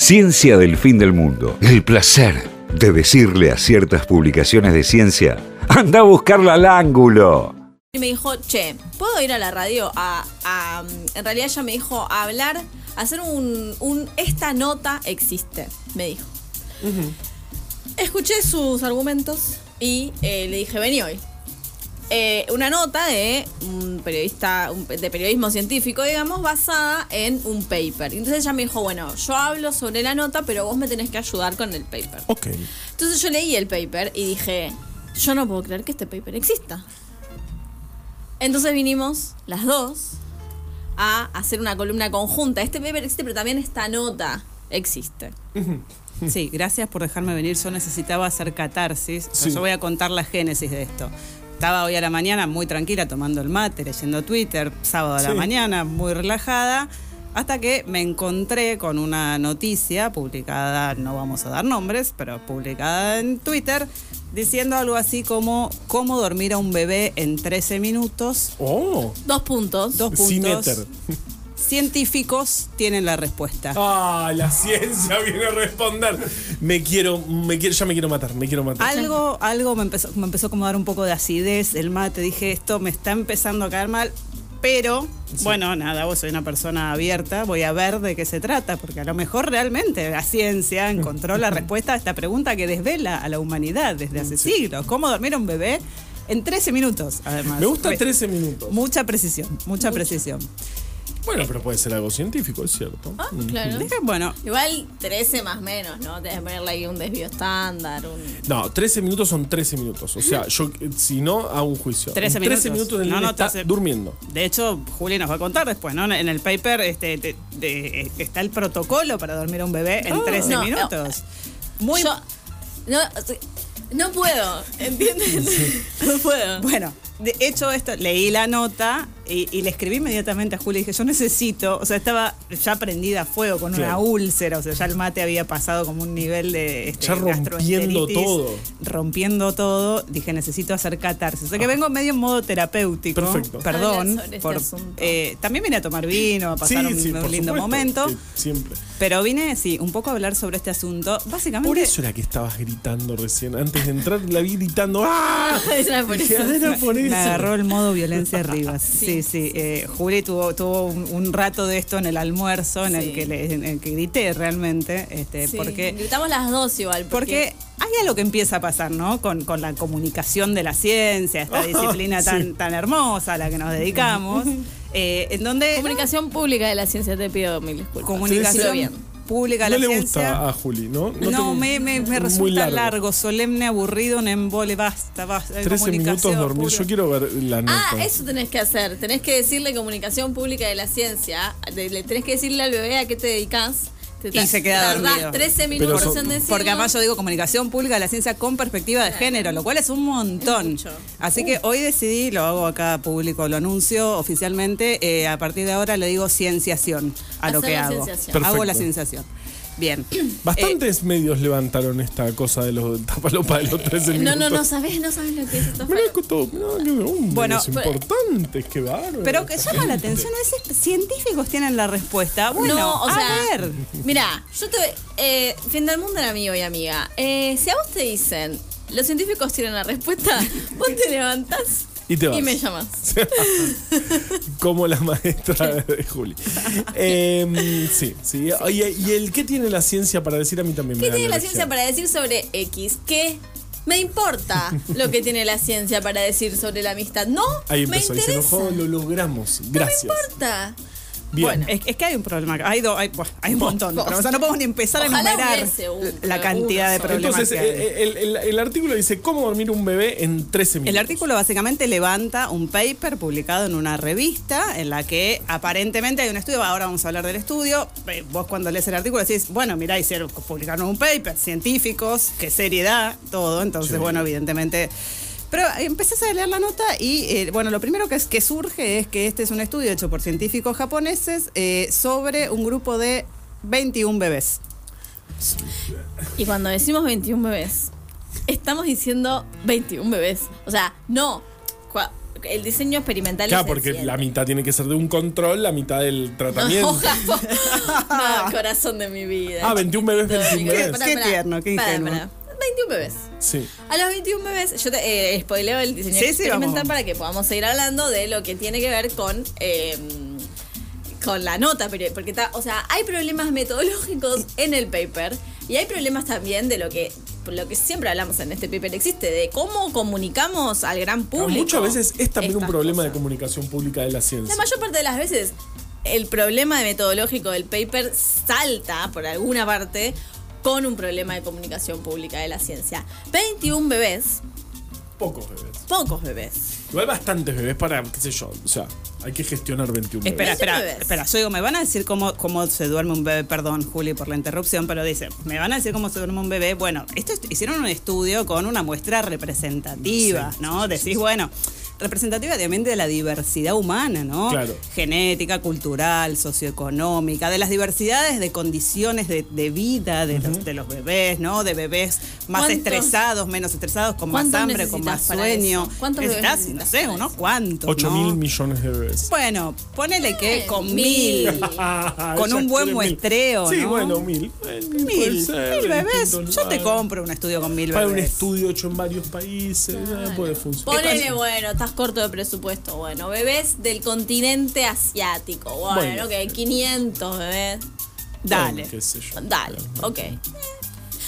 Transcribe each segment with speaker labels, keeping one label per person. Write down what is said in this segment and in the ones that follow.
Speaker 1: Ciencia del fin del mundo. El placer de decirle a ciertas publicaciones de ciencia, anda a buscarla al ángulo.
Speaker 2: Y me dijo, che, ¿puedo ir a la radio a, a- en realidad ella me dijo, a hablar, a hacer un, un, esta nota existe, me dijo. Escuché sus argumentos y eh, le dije, vení hoy. Eh, una nota de un periodista, un pe- de periodismo científico, digamos, basada en un paper. Entonces ella me dijo, bueno, yo hablo sobre la nota, pero vos me tenés que ayudar con el paper.
Speaker 3: Ok.
Speaker 2: Entonces yo leí el paper y dije, yo no puedo creer que este paper exista. Entonces vinimos las dos a hacer una columna conjunta. Este paper existe, pero también esta nota existe.
Speaker 4: Sí, gracias por dejarme venir. Yo necesitaba hacer catarsis. O sea,
Speaker 3: Sí.
Speaker 4: Yo voy a contar la génesis de esto. Estaba hoy a la mañana muy tranquila tomando el mate, leyendo Twitter, sábado a la
Speaker 3: Sí.
Speaker 4: mañana, muy relajada, hasta que me encontré con una noticia publicada, no vamos a dar nombres, pero publicada en Twitter, diciendo algo así como cómo dormir a un bebé en 13 minutos.
Speaker 3: Oh.
Speaker 2: Dos puntos.
Speaker 4: Dos
Speaker 3: Sin
Speaker 4: puntos.
Speaker 3: éter.
Speaker 4: Científicos tienen la respuesta.
Speaker 3: Ah, la ciencia viene a responder. Me quiero, me quiero, ya me quiero matar, me quiero matar.
Speaker 4: Algo, algo me empezó, me empezó como a dar un poco de acidez el mate. Dije, esto me está empezando a caer mal. Pero, bueno, nada, vos soy una persona abierta, voy a ver de qué se trata, porque a lo mejor realmente la ciencia encontró la respuesta a esta pregunta que desvela a la humanidad desde hace siglos. ¿Cómo dormir a un bebé? En 13 minutos, además.
Speaker 3: Me gusta
Speaker 4: Re-
Speaker 3: 13 minutos.
Speaker 4: Mucha precisión, mucha precisión.
Speaker 3: Bueno, pero puede ser algo científico, es cierto. Mm.
Speaker 2: Ah, claro.
Speaker 4: Dije, bueno,
Speaker 2: Igual 13 más menos, ¿no? Tenés que ponerle ahí un desvío estándar. Un...
Speaker 3: No, 13 minutos son 13 minutos. O sea, yo, eh, si no, hago un juicio.
Speaker 4: 13
Speaker 3: En 13
Speaker 4: minutos.
Speaker 3: minutos el
Speaker 4: No,
Speaker 3: nene
Speaker 4: no,
Speaker 3: está
Speaker 4: 13.
Speaker 3: durmiendo.
Speaker 4: De hecho, Juli nos va a contar después, ¿no? En el paper este, te- te- eh, está el protocolo para dormir a un bebé en
Speaker 2: Ah.
Speaker 4: 13
Speaker 2: No,
Speaker 4: minutos. Muy
Speaker 2: Yo no, no puedo, ¿entiendes? No puedo.
Speaker 4: bueno. De hecho, esto, leí la nota y, y le escribí inmediatamente a Juli. Dije, yo necesito, o sea, estaba ya prendida a fuego con una
Speaker 3: Claro.
Speaker 4: úlcera, o sea, ya el mate había pasado como un nivel de. Este,
Speaker 3: Ya rompiendo
Speaker 4: gastroenteritis,
Speaker 3: todo.
Speaker 4: Rompiendo todo. Dije, necesito hacer catarsis. O sea, que vengo medio en modo terapéutico.
Speaker 3: Ah. Perfecto.
Speaker 4: Perdón.
Speaker 2: Hablar sobre este
Speaker 4: por-
Speaker 2: asunto.
Speaker 4: eh, también vine a tomar vino, a pasar un, un
Speaker 3: por supuesto,
Speaker 4: lindo momento.
Speaker 3: que Siempre.
Speaker 4: Pero vine, sí, un poco a hablar sobre este asunto. Básicamente.
Speaker 3: Por eso era que estabas gritando recién. Antes de entrar la vi gritando. ¡Ah!
Speaker 2: Es una por
Speaker 3: Dije,
Speaker 2: eso.
Speaker 3: "Ah, era por
Speaker 4: me
Speaker 3: eso".
Speaker 4: agarró el modo violencia arriba. Sí, sí. eh, Juli tuvo, tuvo un, un rato de esto en el almuerzo, en,
Speaker 2: Sí.
Speaker 4: el, que le- en el que grité realmente. Este,
Speaker 2: Sí,
Speaker 4: Porque.
Speaker 2: Gritamos las dos igual.
Speaker 4: Porque hay algo que empieza a pasar, ¿no? Con, con la comunicación de la ciencia, esta
Speaker 3: Ah,
Speaker 4: disciplina tan, tan hermosa a la que nos dedicamos, eh, en donde
Speaker 2: Comunicación pública de la ciencia, te pido mil disculpas.
Speaker 4: comunicación
Speaker 2: bien.
Speaker 4: pública,
Speaker 3: No
Speaker 4: la
Speaker 3: le
Speaker 4: ciencia.
Speaker 3: gusta a Juli, ¿no?
Speaker 4: No,
Speaker 3: te-
Speaker 4: me, me- me
Speaker 3: muy
Speaker 4: resulta largo. solemne, aburrido, un embole, basta, basta. hay
Speaker 3: 13 minutos
Speaker 4: comunicación
Speaker 3: dormir.
Speaker 4: pura.
Speaker 3: Yo quiero ver la nota.
Speaker 2: Ah, eso tenés que hacer. Tenés que decirle comunicación pública de la ciencia. de- le tenés que decirle al bebé a qué te dedicas. Te
Speaker 4: Y se queda
Speaker 2: tardás
Speaker 4: dormido.
Speaker 2: 13
Speaker 3: Pero
Speaker 2: minutos
Speaker 3: son-
Speaker 2: en decirlo.
Speaker 4: Porque además yo digo comunicación pública de la ciencia con perspectiva de género, lo cual es un montón.
Speaker 2: Es mucho.
Speaker 4: Así que hoy decidí, lo hago acá público, lo anuncio oficialmente, eh, a partir de ahora le digo cienciación a lo
Speaker 2: Hacer
Speaker 4: que
Speaker 2: la
Speaker 4: hago.
Speaker 2: cienciación.
Speaker 4: Hago
Speaker 3: Perfecto.
Speaker 4: la cienciación. Bien.
Speaker 2: Eh.
Speaker 3: Bastantes medios levantaron esta cosa de los tapalopa de los 13
Speaker 2: No,
Speaker 3: minutos.
Speaker 2: no, no sabés, no sabés lo que es esto.
Speaker 3: Mirá que todo- mirá que un-
Speaker 4: Bueno,
Speaker 3: los
Speaker 4: pero-
Speaker 3: importantes, qué bárbaro.
Speaker 4: Pero que llama la atención, a veces científicos tienen la respuesta. Bueno,
Speaker 2: no, o sea,
Speaker 4: a ver.
Speaker 2: Mira, yo te. Eh, fin del mundo era amigo y amiga. Eh, si a vos te dicen, los científicos tienen la respuesta, vos te levantás
Speaker 3: Y te vas.
Speaker 2: me llamas.
Speaker 3: Como la maestra de Juli. Em, sí, sí. Oye, ¿y el qué tiene la ciencia para decir a mí también? me
Speaker 2: ¿Qué
Speaker 3: da
Speaker 2: tiene la
Speaker 3: alergia.
Speaker 2: ciencia para decir sobre X? ¿Qué? Me importa lo que tiene la ciencia para decir sobre la amistad. No,
Speaker 3: Ahí
Speaker 2: me
Speaker 3: empezó, y se
Speaker 2: interesa.
Speaker 3: enojó, lo logramos. Gracias.
Speaker 2: No me importa.
Speaker 3: Bien.
Speaker 4: Bueno, es, es que hay un problema. acá, Hay, do- hay, buah, hay un montón. de problemas, o sea, no podemos ni empezar
Speaker 2: Ojalá
Speaker 4: a enumerar
Speaker 2: hubiese un-
Speaker 4: la cantidad de
Speaker 2: uno solo.
Speaker 4: problemas.
Speaker 3: Entonces,
Speaker 4: que hay.
Speaker 3: eh, el, el- el artículo dice cómo dormir un bebé en 13 minutos.
Speaker 4: El artículo básicamente levanta un paper publicado en una revista en la que aparentemente hay un estudio, ahora vamos a hablar del estudio, Eh, vos cuando lees el artículo decís, bueno, mirá, hicieron, publicaron un paper, científicos, qué seriedad, todo, entonces,
Speaker 3: Sí.
Speaker 4: bueno, evidentemente... Pero eh, empezás a leer la nota y, eh, bueno, lo primero que, es, que surge es que este es un estudio hecho por científicos japoneses eh, sobre un grupo de 21 bebés.
Speaker 2: Y cuando decimos 21 bebés, estamos diciendo 21 bebés. O sea, no. Cua- El diseño experimental
Speaker 3: Claro,
Speaker 2: es
Speaker 3: porque
Speaker 2: el
Speaker 3: la
Speaker 2: siguiente.
Speaker 3: mitad tiene que ser de un control, la mitad del tratamiento.
Speaker 2: No, corazón de mi vida.
Speaker 3: ah, 21 bebés,
Speaker 2: No,
Speaker 3: 21
Speaker 2: que-
Speaker 3: bebés.
Speaker 2: pará,
Speaker 4: Qué
Speaker 2: pará.
Speaker 4: tierno, qué
Speaker 2: Pará,
Speaker 4: ingenuo.
Speaker 2: pará. 21 bebés.
Speaker 3: Sí.
Speaker 2: A los 21 bebés, yo te eh, spoileo el diseño
Speaker 4: Sí, sí,
Speaker 2: experimental
Speaker 4: vamos.
Speaker 2: para que podamos seguir hablando de lo que tiene que ver con. eh, con la nota, pero porque está, o sea, hay problemas metodológicos en el paper y hay problemas también de lo que lo que siempre hablamos en este paper existe de cómo comunicamos al gran público.
Speaker 3: Muchas veces es también un
Speaker 2: estas
Speaker 3: problema de
Speaker 2: cosas.
Speaker 3: comunicación pública de la ciencia.
Speaker 2: La mayor parte de las veces el problema de metodológico del paper salta por alguna parte con un problema de comunicación pública de la ciencia. 21 bebés,
Speaker 3: Pocos bebés.
Speaker 2: pocos bebés.
Speaker 3: Igual bastantes bebés para, qué sé yo, o sea, hay que gestionar 21
Speaker 4: Espera,
Speaker 3: bebés.
Speaker 4: espera,
Speaker 2: bebés.
Speaker 4: espera. Yo digo, me van a decir cómo, cómo se duerme un bebé, perdón, Juli, por la interrupción, pero dice, me van a decir cómo se duerme un bebé. Bueno, esto es- hicieron un estudio con una muestra representativa,
Speaker 3: Sí,
Speaker 4: ¿no? Decís, bueno, representativa también de la diversidad humana, ¿no?
Speaker 3: Claro.
Speaker 4: Genética, cultural, socioeconómica, de las diversidades de condiciones de, de vida de, los, de los bebés, ¿no? De bebebés más
Speaker 2: ¿Cuánto-
Speaker 4: estresados, menos estresados, con más
Speaker 2: cuánto
Speaker 4: hambre, con
Speaker 2: necesitas
Speaker 4: más
Speaker 2: para
Speaker 4: sueño.
Speaker 2: eso? ¿Cuántos bebés
Speaker 4: Necesitas, no
Speaker 2: necesitas
Speaker 4: sé,
Speaker 2: para
Speaker 4: unos
Speaker 2: eso?
Speaker 4: cuantos.
Speaker 3: 8 mil
Speaker 4: ¿no?
Speaker 3: millones de bebés.
Speaker 4: Bueno, ponele que
Speaker 2: mil.
Speaker 4: con mil.
Speaker 3: Ah,
Speaker 4: Con
Speaker 3: ella
Speaker 4: un
Speaker 3: quiere
Speaker 4: buen
Speaker 3: mil.
Speaker 4: muestreo,
Speaker 3: Sí,
Speaker 4: ¿no?
Speaker 3: bueno, mil. Eh, puede
Speaker 4: Mil,
Speaker 3: ser,
Speaker 4: mil
Speaker 3: en
Speaker 4: bebés.
Speaker 3: distintos
Speaker 4: Yo te
Speaker 3: lugares.
Speaker 4: compro un estudio con mil
Speaker 3: Para un
Speaker 4: bebés.
Speaker 3: estudio hecho en varios países, eh, puede funcionar.
Speaker 2: Ponele, bueno, estás corto de presupuesto, bueno, bebés del continente asiático, bueno,
Speaker 3: Bueno.
Speaker 2: ok, 500 bebés,
Speaker 4: Dale.
Speaker 3: Qué sé yo.
Speaker 2: dale, ok.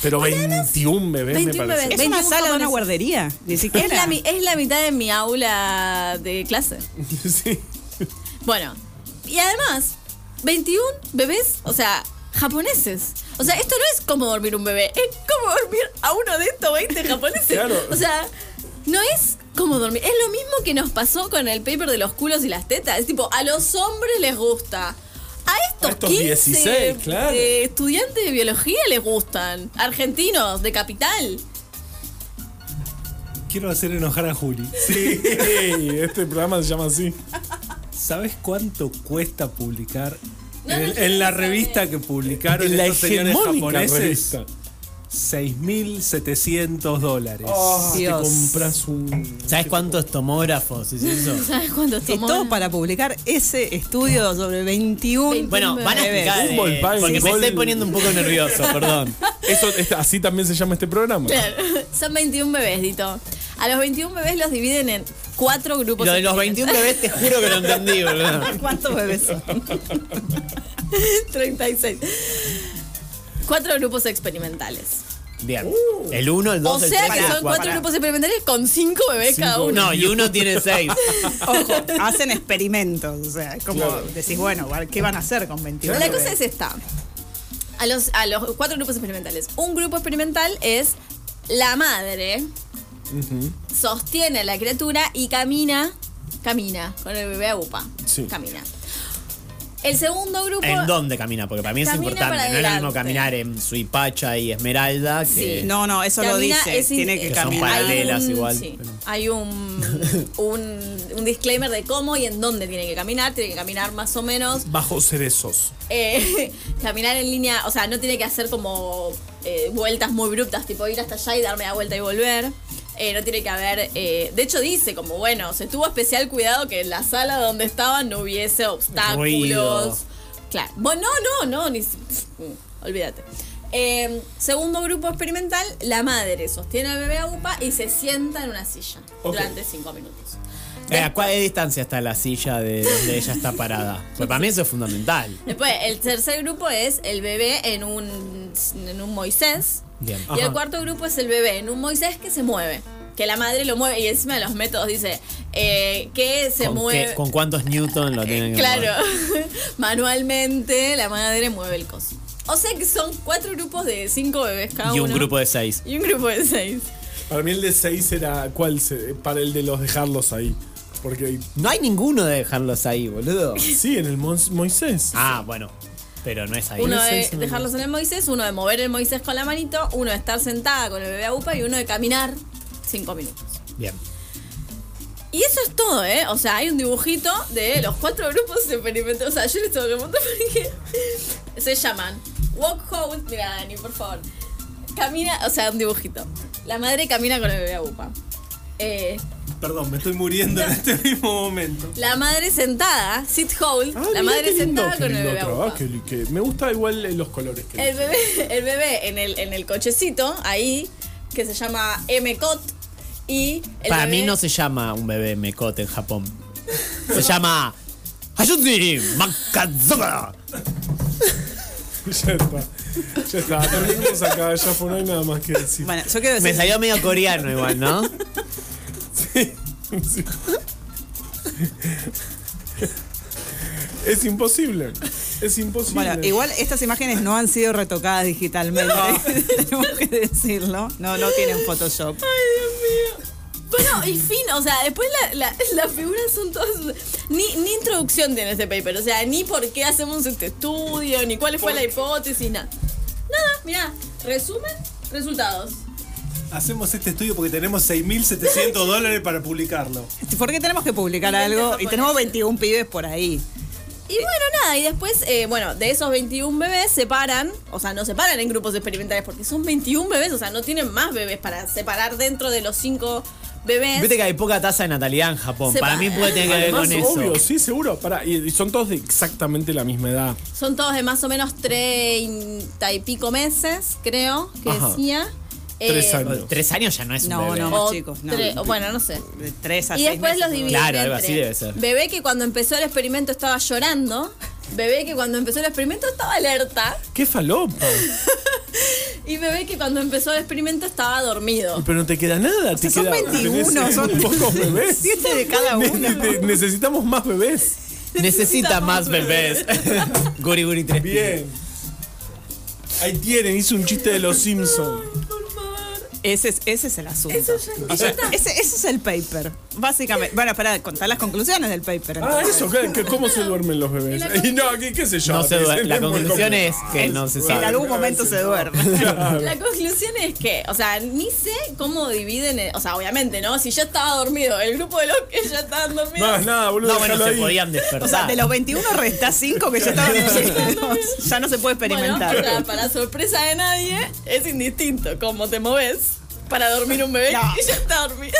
Speaker 3: Pero 21 bebés
Speaker 2: 21
Speaker 3: me parece.
Speaker 2: bebés.
Speaker 4: Es una
Speaker 2: 21
Speaker 4: sala de una
Speaker 2: japoneses.
Speaker 4: guardería. Ni
Speaker 2: Es
Speaker 4: siquiera.
Speaker 2: la, mi- es la mitad de mi aula de clase.
Speaker 3: Sí.
Speaker 2: Bueno, y además, 21 bebés, o sea, japoneses. O sea, esto no es como dormir un bebé, es como dormir a uno de estos 20 japoneses.
Speaker 3: Claro.
Speaker 2: O sea, no es como dormir. Es lo mismo que nos pasó con el paper de los culos y las tetas. Es tipo, a los hombres les gusta. A estos,
Speaker 3: A estos
Speaker 2: 15
Speaker 3: 16, claro.
Speaker 2: eh, estudiantes de biología les gustan. Argentinos, de capital.
Speaker 5: Quiero hacer enojar a Juli.
Speaker 3: Sí, este programa se llama así.
Speaker 5: ¿Sabes cuánto cuesta publicar?
Speaker 2: No,
Speaker 5: en,
Speaker 2: no
Speaker 5: en
Speaker 2: quiero
Speaker 5: la
Speaker 2: saber.
Speaker 5: revista que publicaron
Speaker 3: En la
Speaker 5: estos señores
Speaker 3: hegemónica
Speaker 5: japoneses,
Speaker 3: revista.
Speaker 5: 6.700 dólares.
Speaker 2: Oh,
Speaker 3: Ah, te
Speaker 4: Dios.
Speaker 3: compras un.
Speaker 6: ¿Sabes cuántos tomógrafos es eso?
Speaker 2: ¿Sabes cuándo
Speaker 4: Y
Speaker 2: tomó?
Speaker 4: todo para publicar ese estudio sobre 21.
Speaker 6: Bueno, van a
Speaker 4: bebés.
Speaker 6: explicar.
Speaker 3: Un
Speaker 6: eh,
Speaker 3: Volkswagen
Speaker 6: porque me
Speaker 3: Gol.
Speaker 6: estoy poniendo un poco nervioso, perdón.
Speaker 3: Eso, esta- así también se llama este programa.
Speaker 2: Claro, Son 21 bebés, Dito. A los 21 bebés los dividen en cuatro grupos.
Speaker 6: Lo de los 21
Speaker 2: experimentales.
Speaker 6: bebés te juro que lo entendí, boludo.
Speaker 4: ¿Cuántos bebés?
Speaker 2: 36. Cuatro grupos experimentales.
Speaker 6: Bien. El 1, el
Speaker 2: O
Speaker 6: 2, el 3,
Speaker 2: sea que
Speaker 6: el
Speaker 2: son cuatro
Speaker 6: 4.
Speaker 2: grupos experimentales con cinco bebés cada uno.
Speaker 6: No, y uno tiene 6.
Speaker 4: Ojo, hacen experimentos. O sea, como decís, bueno, ¿qué van a hacer con 21?
Speaker 2: La cosa es esta. A los, a los cuatro grupos experimentales. Un grupo experimental es la madre sostiene a la criatura y camina, camina con el bebé a upa.
Speaker 3: Sí.
Speaker 2: Camina. El segundo grupo
Speaker 6: ¿En dónde camina? Porque para mí es
Speaker 2: Camina para
Speaker 6: importante. No es lo mismo
Speaker 2: adelante.
Speaker 6: caminar en Suipacha y Esmeralda que.
Speaker 2: Sí.
Speaker 4: No, no, eso lo
Speaker 2: Camina
Speaker 4: dice.
Speaker 2: es in-
Speaker 4: Tiene que
Speaker 6: Que son
Speaker 4: caminar.
Speaker 2: hay
Speaker 6: paralelas
Speaker 2: un-
Speaker 6: igual,
Speaker 2: sí,
Speaker 6: pero-
Speaker 2: hay un, un, un disclaimer de cómo y en dónde tiene que caminar. Tiene que caminar más o menos.
Speaker 3: Bajo cerezos.
Speaker 2: eh, caminar en línea, o sea, no tiene que hacer como eh, vueltas muy abruptas, tipo ir hasta allá y darme la vuelta y volver. Eh, no tiene que haber. eh, de hecho, dice como, bueno, se tuvo especial cuidado que en la sala donde estaban no hubiese obstáculos.
Speaker 6: Ruido.
Speaker 2: Claro. Bueno, no, no, no, ni. si- mm, Olvídate. Eh, segundo grupo experimental, la madre sostiene al bebé a UPA y se sienta en una silla
Speaker 3: Ok.
Speaker 2: durante cinco minutos.
Speaker 6: Eh, ¿A cuál distancia está la silla de donde ella está parada? Pues para mí eso es fundamental.
Speaker 2: Después, el tercer grupo es el bebé en un, en un Moisés.
Speaker 6: Bien.
Speaker 2: Y el cuarto grupo es el bebé en un Moisés que se mueve. Que la madre lo mueve y encima de los métodos dice eh, que se
Speaker 6: ¿Con,
Speaker 2: mueve.
Speaker 6: qué- con cuántos Newton lo tienen que
Speaker 2: claro,
Speaker 6: mover?
Speaker 2: manualmente la madre mueve el coso. O sea que son cuatro grupos de cinco bebés cada
Speaker 6: Y
Speaker 2: uno.
Speaker 6: un grupo de 6.
Speaker 2: Y un grupo de seis.
Speaker 3: Para mí el de 6 era. ¿Cuál? se- Para el de los dejarlos ahí. Porque.
Speaker 6: No hay ninguno de dejarlos ahí, boludo.
Speaker 3: Sí, en el Mons- Moisés.
Speaker 6: Ah, bueno. Pero no es ahí.
Speaker 2: Uno
Speaker 3: seis
Speaker 2: de
Speaker 3: en el-
Speaker 2: dejarlos en el Moisés, uno de mover el Moisés con la manito, uno de estar sentada con el bebé a upa y uno de caminar cinco minutos.
Speaker 6: Bien.
Speaker 2: Y eso es todo, ¿eh? O sea, hay un dibujito de los cuatro grupos experimentados. O sea, yo les tengo que mostrar porque se llaman Walk Home. Mira, Dani, por favor. Camina, o sea, un dibujito. La madre camina con el bebé a upa. Eh,
Speaker 5: Perdón, me estoy muriendo en este mismo momento.
Speaker 2: La madre sentada, sit hold,
Speaker 3: Ah,
Speaker 2: la
Speaker 3: mirá
Speaker 2: madre
Speaker 3: qué lindo,
Speaker 2: sentada
Speaker 3: qué
Speaker 2: con el
Speaker 3: lindo
Speaker 2: bebé a
Speaker 3: trabajo,
Speaker 2: boca.
Speaker 3: qué li- qué- Me gusta igual eh, los colores que
Speaker 2: El bebé, el bebé en el, en el cochecito, ahí, que se llama M-Cot. Y el
Speaker 6: Para
Speaker 2: bebé-
Speaker 6: mí no se llama un bebé mecote en Japón. Se llama. Hayushi Makazawa.
Speaker 3: Ya está. Ya está. Terminamos acá. Ya fue, no hay nada más que decir.
Speaker 4: Bueno, yo quiero
Speaker 6: Me
Speaker 4: decir.
Speaker 6: salió medio coreano igual, ¿no?
Speaker 3: Sí. Es imposible. Es imposible.
Speaker 4: Bueno, igual estas imágenes no han sido retocadas digitalmente. Tenemos que decirlo. No, no tienen Photoshop.
Speaker 2: Bueno, y fin, o sea, después la- la- las figuras son todas. Ni, ni introducción tiene este paper, o sea, ni por qué hacemos este estudio, ni cuál fue la hipótesis, nada. Nada, mirá, resumen, resultados.
Speaker 5: Hacemos este estudio porque tenemos 6.700 dólares para publicarlo.
Speaker 4: ¿Por qué tenemos que publicar
Speaker 2: Inventa
Speaker 4: algo? Y
Speaker 2: japonés.
Speaker 4: tenemos 21 pibes por ahí.
Speaker 2: Y bueno, nada, y después, eh, bueno, de esos 21 bebés separan, o sea, no separan en grupos experimentales porque son 21 bebés, o sea, no tienen más bebés para separar dentro de los 5 bebés.
Speaker 6: Viste que hay poca tasa de natalidad en Japón.
Speaker 2: Se
Speaker 6: Para
Speaker 2: va.
Speaker 6: mí puede tener que ver
Speaker 3: Además,
Speaker 6: con eso.
Speaker 3: obvio, sí, seguro. Pará, y, y son todos de exactamente la misma edad.
Speaker 2: Son todos de más o menos 30 y pico meses, creo, que
Speaker 6: Ajá.
Speaker 2: decía. Eh,
Speaker 3: Tres años.
Speaker 6: Tres años ya no es un
Speaker 4: No,
Speaker 6: bebé.
Speaker 4: no.
Speaker 2: o
Speaker 4: chicos, no. Ah,
Speaker 2: tre- o bueno, no sé.
Speaker 4: De 3 a
Speaker 2: Y
Speaker 4: 6
Speaker 2: después los dividen.
Speaker 6: Claro, algo así
Speaker 2: entre
Speaker 6: debe ser.
Speaker 2: Bebé que cuando empezó el experimento estaba llorando. Bebé que cuando empezó el experimento estaba alerta.
Speaker 3: ¡Qué falopa!
Speaker 2: Y bebé que cuando empezó el experimento estaba dormido.
Speaker 3: Pero no te queda nada. te
Speaker 4: son
Speaker 3: queda-
Speaker 4: 21,
Speaker 3: tenés
Speaker 4: son
Speaker 3: pocos bebés.
Speaker 4: 7 este de cada
Speaker 3: Ne-
Speaker 4: uno.
Speaker 3: ne- necesitamos más bebés.
Speaker 6: Necesita más bebés. guri guri tres.
Speaker 3: Bien. Ahí tienen, hice un chiste de los Simpsons.
Speaker 4: Ese es, ese es el asunto.
Speaker 3: Ah,
Speaker 4: O sea, ese, ese es el paper, básicamente. Bueno, para contar las conclusiones del paper.
Speaker 3: Ah, eso, ¿qué- qué- ¿cómo se duermen los bebés? Y no, ¿qué, qué sé yo?
Speaker 6: No se
Speaker 3: dicen,
Speaker 6: duerme. La
Speaker 3: es muy
Speaker 6: conclusión es
Speaker 3: complicado.
Speaker 6: que no se
Speaker 4: en
Speaker 6: sabe.
Speaker 4: algún momento se duerme.
Speaker 3: Claro.
Speaker 2: La conclusión es que, o sea, ni sé cómo dividen, el- o sea, obviamente, ¿no? Si ya estaba dormido, el grupo de los que ya estaban dormidos.
Speaker 3: No, es nada, boludo.
Speaker 6: No, bueno,
Speaker 3: déjalo ahí.
Speaker 6: se podían
Speaker 4: O sea,
Speaker 6: despertar.
Speaker 4: de los 21 resta 5 que ya estaban llenos. Ya no se puede
Speaker 2: Bueno,
Speaker 4: experimentar.
Speaker 2: para, para sorpresa de nadie, es indistinto cómo te moves para dormir un bebé
Speaker 4: No.
Speaker 2: que ya está dormido.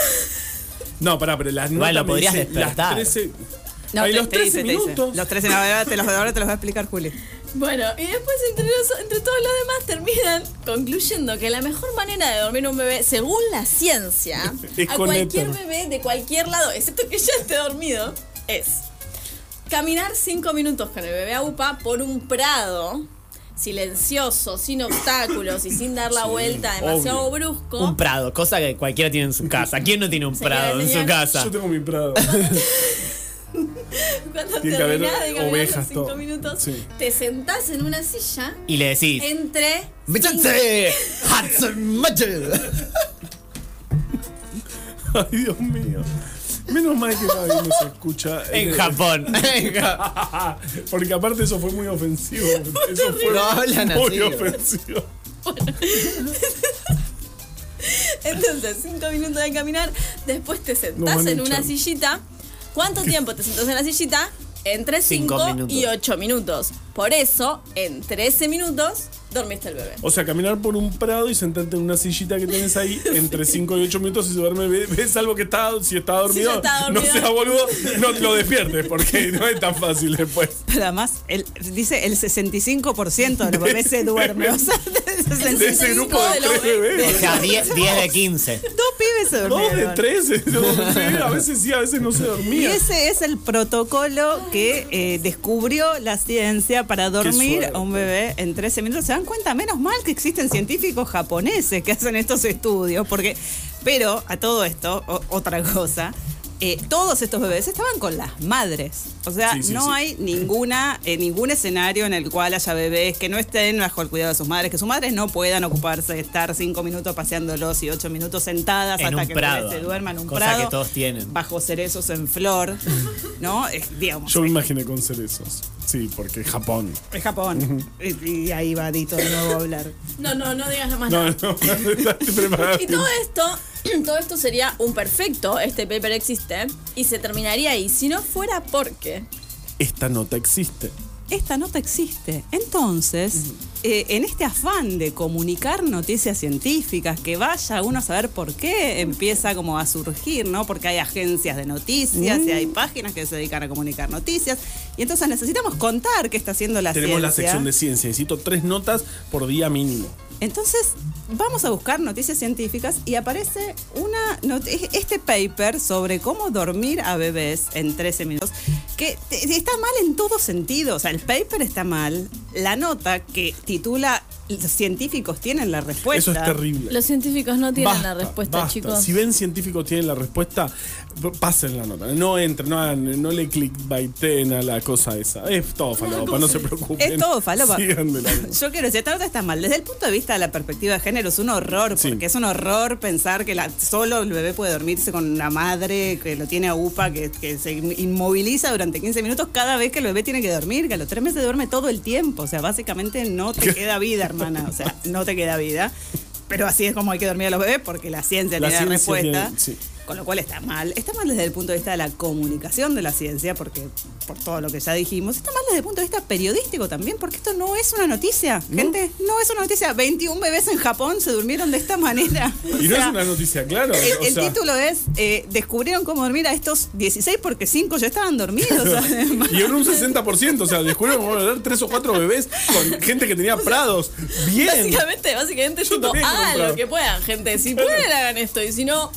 Speaker 3: No, pará, pero las
Speaker 6: Igual lo
Speaker 3: notas me
Speaker 6: podrías
Speaker 3: dicen
Speaker 6: despertar.
Speaker 3: Las 13...
Speaker 4: No,
Speaker 3: Ay,
Speaker 4: te-
Speaker 3: los
Speaker 4: te
Speaker 3: 13
Speaker 4: dice, te dice.
Speaker 3: minutos.
Speaker 4: Los 13, ahora te los, ahora te los va a explicar Juli.
Speaker 2: Bueno, y después entre, los- entre todos los demás terminan concluyendo que la mejor manera de dormir un bebé, según la ciencia,
Speaker 3: Es
Speaker 2: a
Speaker 3: conectar.
Speaker 2: cualquier bebé de cualquier lado, excepto que ya esté dormido, es caminar cinco minutos con el bebé a UPA por un prado silencioso, sin obstáculos y sin dar la vuelta demasiado brusco.
Speaker 6: Un prado, cosa que cualquiera tiene en su casa. ¿Quién no tiene un
Speaker 2: Señora,
Speaker 6: prado en su
Speaker 2: señor.
Speaker 6: casa?
Speaker 3: Yo tengo mi prado.
Speaker 2: Cuando
Speaker 3: Tiene que haber
Speaker 2: terminás de caminar
Speaker 3: ovejas,
Speaker 2: los cinco
Speaker 3: todo.
Speaker 2: minutos,
Speaker 3: Sí.
Speaker 2: te sentás en una silla
Speaker 6: Y le decís.
Speaker 2: entre
Speaker 6: ¡Mechate! ¡Hatsumache!
Speaker 3: Ay, Dios mío. Menos mal que nadie nos escucha. Eh,
Speaker 6: En Japón. En Ja-
Speaker 3: Porque aparte eso fue muy ofensivo. Eso fue
Speaker 6: No hablan
Speaker 3: muy
Speaker 6: así.
Speaker 3: ofensivo.
Speaker 2: Entonces, cinco minutos de caminar, después te
Speaker 3: Nos
Speaker 2: sentás
Speaker 3: van a
Speaker 2: en una
Speaker 3: echar.
Speaker 2: sillita. ¿Cuánto tiempo te sentás en la sillita? Entre
Speaker 6: Cinco
Speaker 2: 5
Speaker 6: minutos.
Speaker 2: y 8 minutos. Por eso, en 13 minutos, dormiste el bebé.
Speaker 3: O sea, caminar por un prado y sentarte en una sillita que tenés ahí entre 5 y 8 minutos y se duerme, ve- ve, salvo que está, si está dormido,
Speaker 2: ya está
Speaker 3: no
Speaker 2: dormido.
Speaker 3: sea boludo, no lo despiertes porque no es tan fácil después.
Speaker 4: Pero además, el, dice el 65% de los bebés se duerme. O sea, el 65
Speaker 3: De ese grupo de
Speaker 2: de los
Speaker 3: 3 bebés.
Speaker 6: O sea, 10 10 de 15.
Speaker 4: Dos pibes se
Speaker 3: Dos de
Speaker 4: durmieron.
Speaker 3: tres, no sé, a veces sí, a veces no se
Speaker 4: Y
Speaker 3: dormía.
Speaker 4: ese es el protocolo que eh, descubrió la ciencia para dormir
Speaker 3: suerte.
Speaker 4: a un bebé en 13 minutos. Se dan cuenta, menos mal que existen científicos japoneses que hacen estos estudios, porque, pero a todo esto, o- otra cosa. eh, todos estos bebés estaban con las madres. O sea,
Speaker 3: Sí, sí,
Speaker 4: no
Speaker 3: sí.
Speaker 4: hay ninguna, eh, ningún escenario en el cual haya bebés que no estén bajo el cuidado de sus madres, que sus madres no puedan ocuparse de estar cinco minutos paseándolos y ocho minutos sentadas
Speaker 6: En
Speaker 4: hasta
Speaker 6: un
Speaker 4: que el bebé
Speaker 6: prado,
Speaker 4: se duerma en un
Speaker 6: cosa
Speaker 4: prado.
Speaker 6: que todos tienen.
Speaker 4: Bajo cerezos en flor, ¿no? Es, digamos,
Speaker 3: Yo me imaginé con cerezos. Sí, porque Japón.
Speaker 4: es Japón. Y, y ahí va Dito de nuevo a hablar.
Speaker 2: No, no, no digas nada más.
Speaker 3: No,
Speaker 2: nada.
Speaker 3: no, estoy preparado.
Speaker 2: Y todo esto, todo esto sería un perfecto, este paper existe, y se terminaría ahí, si no fuera porque
Speaker 3: Esta nota existe.
Speaker 4: esta nota existe. Entonces, eh, en este afán de comunicar noticias científicas, que vaya uno a saber por qué, empieza como a surgir, ¿no? Porque hay agencias de noticias y hay páginas que se dedican a comunicar noticias. Y entonces necesitamos contar qué está haciendo la
Speaker 3: Tenemos
Speaker 4: ciencia.
Speaker 3: la sección de ciencia. Necesito tres notas por día mínimo.
Speaker 4: Entonces, vamos a buscar noticias científicas y aparece una not- este paper sobre cómo dormir a bebés en 13 minutos, que te- te- está mal en todo sentido. O sea, el paper está mal. La nota que titula Los científicos tienen la respuesta.
Speaker 3: Eso es terrible.
Speaker 2: Los científicos no tienen la
Speaker 3: Basta,
Speaker 2: respuesta,
Speaker 3: basta.
Speaker 2: chicos.
Speaker 3: Si ven científicos tienen la respuesta, p- pasen la nota. No entren, no, hagan- no le clickbaiten a la cosa esa. Es todo falopa, no se preocupen.
Speaker 4: Es todo falopa.
Speaker 3: Sigan de largo.
Speaker 4: Yo quiero decir, esta nota está mal. Desde el punto de vista de la perspectiva de género es un horror,
Speaker 3: Sí.
Speaker 4: porque es un horror pensar que la- solo el bebé puede dormirse con una madre que lo tiene a UPA, que, que se inmoviliza durante 15 minutos cada vez que el bebé tiene que dormir, que a los tres meses duerme todo el tiempo. O sea, básicamente no te queda vida, hermana. O sea, no te queda vida. Pero así es como hay que dormir a los bebés, porque la ciencia
Speaker 3: La
Speaker 4: tiene la
Speaker 3: ciencia
Speaker 4: respuesta.
Speaker 3: tiene- sí.
Speaker 4: Con lo cual está mal. Está mal desde el punto de vista de la comunicación de la ciencia, porque por todo lo que ya dijimos. Está mal desde el punto de vista periodístico también, porque esto no es una noticia. Gente, no es una noticia. 21 bebés en Japón se durmieron de esta manera.
Speaker 3: Y
Speaker 4: O
Speaker 3: no es
Speaker 4: sea,
Speaker 3: una noticia, claro.
Speaker 4: El,
Speaker 3: o
Speaker 4: el
Speaker 3: sea,
Speaker 4: título es eh, Descubrieron cómo dormir a estos 16 porque 5 ya estaban dormidos. además.
Speaker 3: Y en un 60%, o sea, descubrieron que vamos a tener tres o cuatro bebés con gente que tenía prados. Bien.
Speaker 2: Básicamente, básicamente, es
Speaker 3: Yo
Speaker 2: tipo,
Speaker 3: también quiero un
Speaker 2: hagan
Speaker 3: prado".
Speaker 2: lo que puedan, gente. Si pueden, hagan esto. Y si no,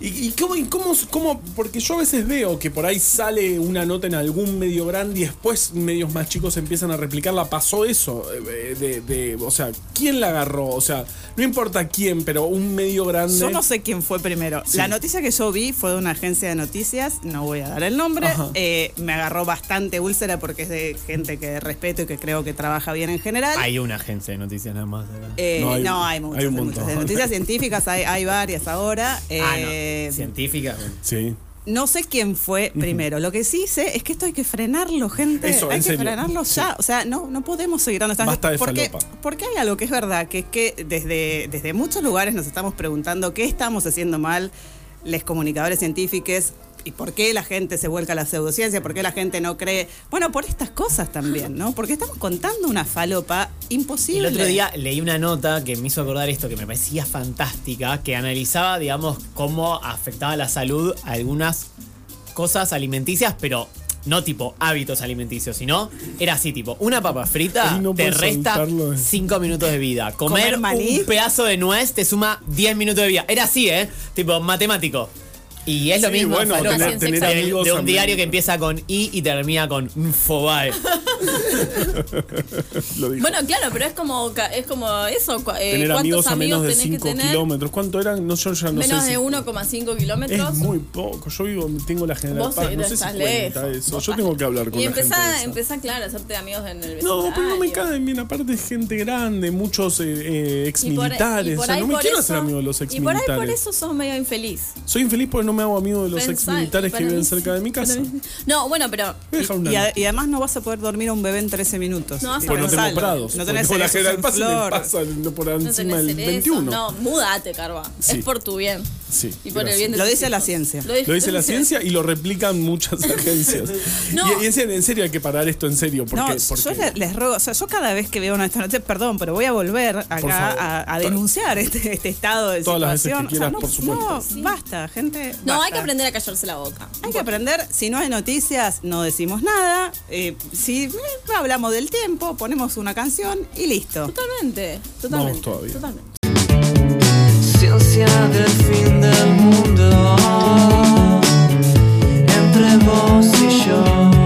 Speaker 3: ¿Y, y cómo, y cómo, cómo- Porque yo a veces veo que por ahí sale una nota en algún medio grande y después medios más chicos empiezan a replicarla. Pasó eso. eh, De, de- o sea, ¿quién la agarró? O sea, no importa quién, pero un medio grande.
Speaker 4: Yo no sé quién fue primero. La noticia que yo vi fue de una agencia de noticias, no voy a dar el nombre. Eh, me agarró bastante úlcera porque es de gente que respeto y que creo que trabaja bien en general.
Speaker 6: Hay una agencia de noticias nada más. ¿verdad?
Speaker 4: Eh,
Speaker 3: No,
Speaker 4: no,
Speaker 3: hay-
Speaker 4: hay, muchas,
Speaker 3: hay
Speaker 4: hay
Speaker 3: un
Speaker 4: muchas.
Speaker 3: montón.
Speaker 4: De noticias científicas hay, hay varias ahora. Eh,
Speaker 6: ah, no. Científica. bueno.
Speaker 3: Sí.
Speaker 4: no sé quién fue primero. Lo que sí sé es que esto hay que frenarlo, gente.
Speaker 3: Eso, en
Speaker 4: hay que
Speaker 3: serio.
Speaker 4: frenarlo ya. O sea, no, no podemos seguir dando estas
Speaker 3: Basta de
Speaker 4: porque,
Speaker 3: falopa.
Speaker 4: porque hay algo que es verdad, que es que desde, desde muchos lugares nos estamos preguntando qué estamos haciendo mal los comunicadores científicos y por qué la gente se vuelca a la pseudociencia, por qué la gente no cree. Bueno, por estas cosas también, ¿no? Porque estamos contando una falopa imposible.
Speaker 6: El otro día leí una nota que me hizo acordar esto que me parecía fantástica, que analizaba, digamos, cómo afectaba la salud a algunas cosas alimenticias, pero no tipo hábitos alimenticios, sino era así tipo, una papa frita
Speaker 3: Ay, no
Speaker 6: te
Speaker 3: puedo
Speaker 6: resta
Speaker 3: soltarlo.
Speaker 6: 5 minutos de vida, comer,
Speaker 4: Comer maní.
Speaker 6: un pedazo de nuez te suma 10 minutos de vida. Era así, ¿eh? Tipo matemático. Y es lo
Speaker 3: Sí,
Speaker 6: mismo
Speaker 3: bueno,
Speaker 6: falopa.
Speaker 3: tener-
Speaker 2: tener
Speaker 6: de,
Speaker 3: amigos
Speaker 6: de un
Speaker 3: también.
Speaker 6: diario que empieza con I y termina con Fobae.
Speaker 3: Lo dijo.
Speaker 2: Bueno, claro, pero es como, ca- es como eso. cua- eh,
Speaker 3: tener
Speaker 2: ¿Cuántos
Speaker 3: amigos a menos de
Speaker 2: tenés que
Speaker 3: 5
Speaker 2: tener?
Speaker 3: kilómetros. ¿Cuánto eran? No, yo ya no
Speaker 2: menos
Speaker 3: sé. si-
Speaker 2: de 1,5
Speaker 3: es
Speaker 2: kilómetros.
Speaker 3: muy poco. Yo vivo, tengo la general
Speaker 2: Vos
Speaker 3: Paz,
Speaker 2: sí, no
Speaker 3: No sé si
Speaker 2: estás
Speaker 3: cuenta
Speaker 2: lejos.
Speaker 3: eso.
Speaker 2: Vos
Speaker 3: Yo
Speaker 2: pa-
Speaker 3: tengo que hablar con
Speaker 2: y
Speaker 3: la gente. de
Speaker 2: empezá,
Speaker 3: eso.
Speaker 2: empezá, claro, a hacerte amigos en el vecindario.
Speaker 3: No, pero no me caen bien. Aparte es gente grande, muchos eh, eh,
Speaker 2: Y por- y
Speaker 3: exmilitares.
Speaker 2: por
Speaker 3: o sea,
Speaker 2: ahí
Speaker 3: no me
Speaker 2: por
Speaker 3: quiero
Speaker 2: eso-
Speaker 3: hacer amigo de los
Speaker 2: Y por ahí por
Speaker 3: exmilitares.
Speaker 2: eso sos medio infeliz.
Speaker 3: Soy infeliz porque no me hago amigo de los
Speaker 2: Pensá,
Speaker 3: exmilitares que
Speaker 2: para
Speaker 3: viven
Speaker 2: mí
Speaker 3: cerca de mi
Speaker 2: para
Speaker 3: casa.
Speaker 2: mí
Speaker 3: Voy
Speaker 2: sí. No, bueno, pero.
Speaker 3: a dejar una
Speaker 4: Y, a-
Speaker 3: nota.
Speaker 4: y además no vas a poder dormir a un bebé en 13 minutos.
Speaker 2: No vas a
Speaker 4: Tipo,
Speaker 3: Porque no tengo
Speaker 4: pensalo.
Speaker 3: prados.
Speaker 4: No
Speaker 3: porque
Speaker 4: tenés
Speaker 3: tengo la
Speaker 4: cerezas
Speaker 3: general
Speaker 4: en
Speaker 3: Paz y me
Speaker 4: flor.
Speaker 3: pasa no, por
Speaker 2: No
Speaker 3: encima
Speaker 2: tenés
Speaker 3: del
Speaker 2: cerezo.
Speaker 3: 21.
Speaker 2: No, múdate, Carva.
Speaker 3: Sí.
Speaker 2: Es por tu bien.
Speaker 3: Sí,
Speaker 2: Y por el
Speaker 3: gracias.
Speaker 2: bien de
Speaker 4: Lo
Speaker 2: tus
Speaker 4: dice la
Speaker 2: hijos.
Speaker 4: ciencia.
Speaker 3: Lo dice la ciencia y lo replican muchas agencias.
Speaker 2: No.
Speaker 3: Y, y en, serio, en serio hay que parar esto en serio. Porque,
Speaker 4: No,
Speaker 3: porque-
Speaker 4: yo le- les ruego, o sea, yo cada vez que veo una de estas noticias, perdón, pero voy a volver
Speaker 3: favor.
Speaker 4: acá a, a denunciar este, este estado de
Speaker 3: Todas las veces
Speaker 4: situación.
Speaker 3: que
Speaker 4: O sea,
Speaker 3: quieras, por supuesto.
Speaker 4: no, no, basta, gente.
Speaker 2: No, hay
Speaker 4: basta.
Speaker 2: que aprender a callarse la boca.
Speaker 4: Hay que aprender, si no hay noticias, no decimos nada. eh, si eh, hablamos del tiempo, ponemos una canción y listo.
Speaker 2: Totalmente. Totalmente.
Speaker 3: Vamos todavía.
Speaker 2: Totalmente.
Speaker 7: Ciencia del fin del mundo entre vos.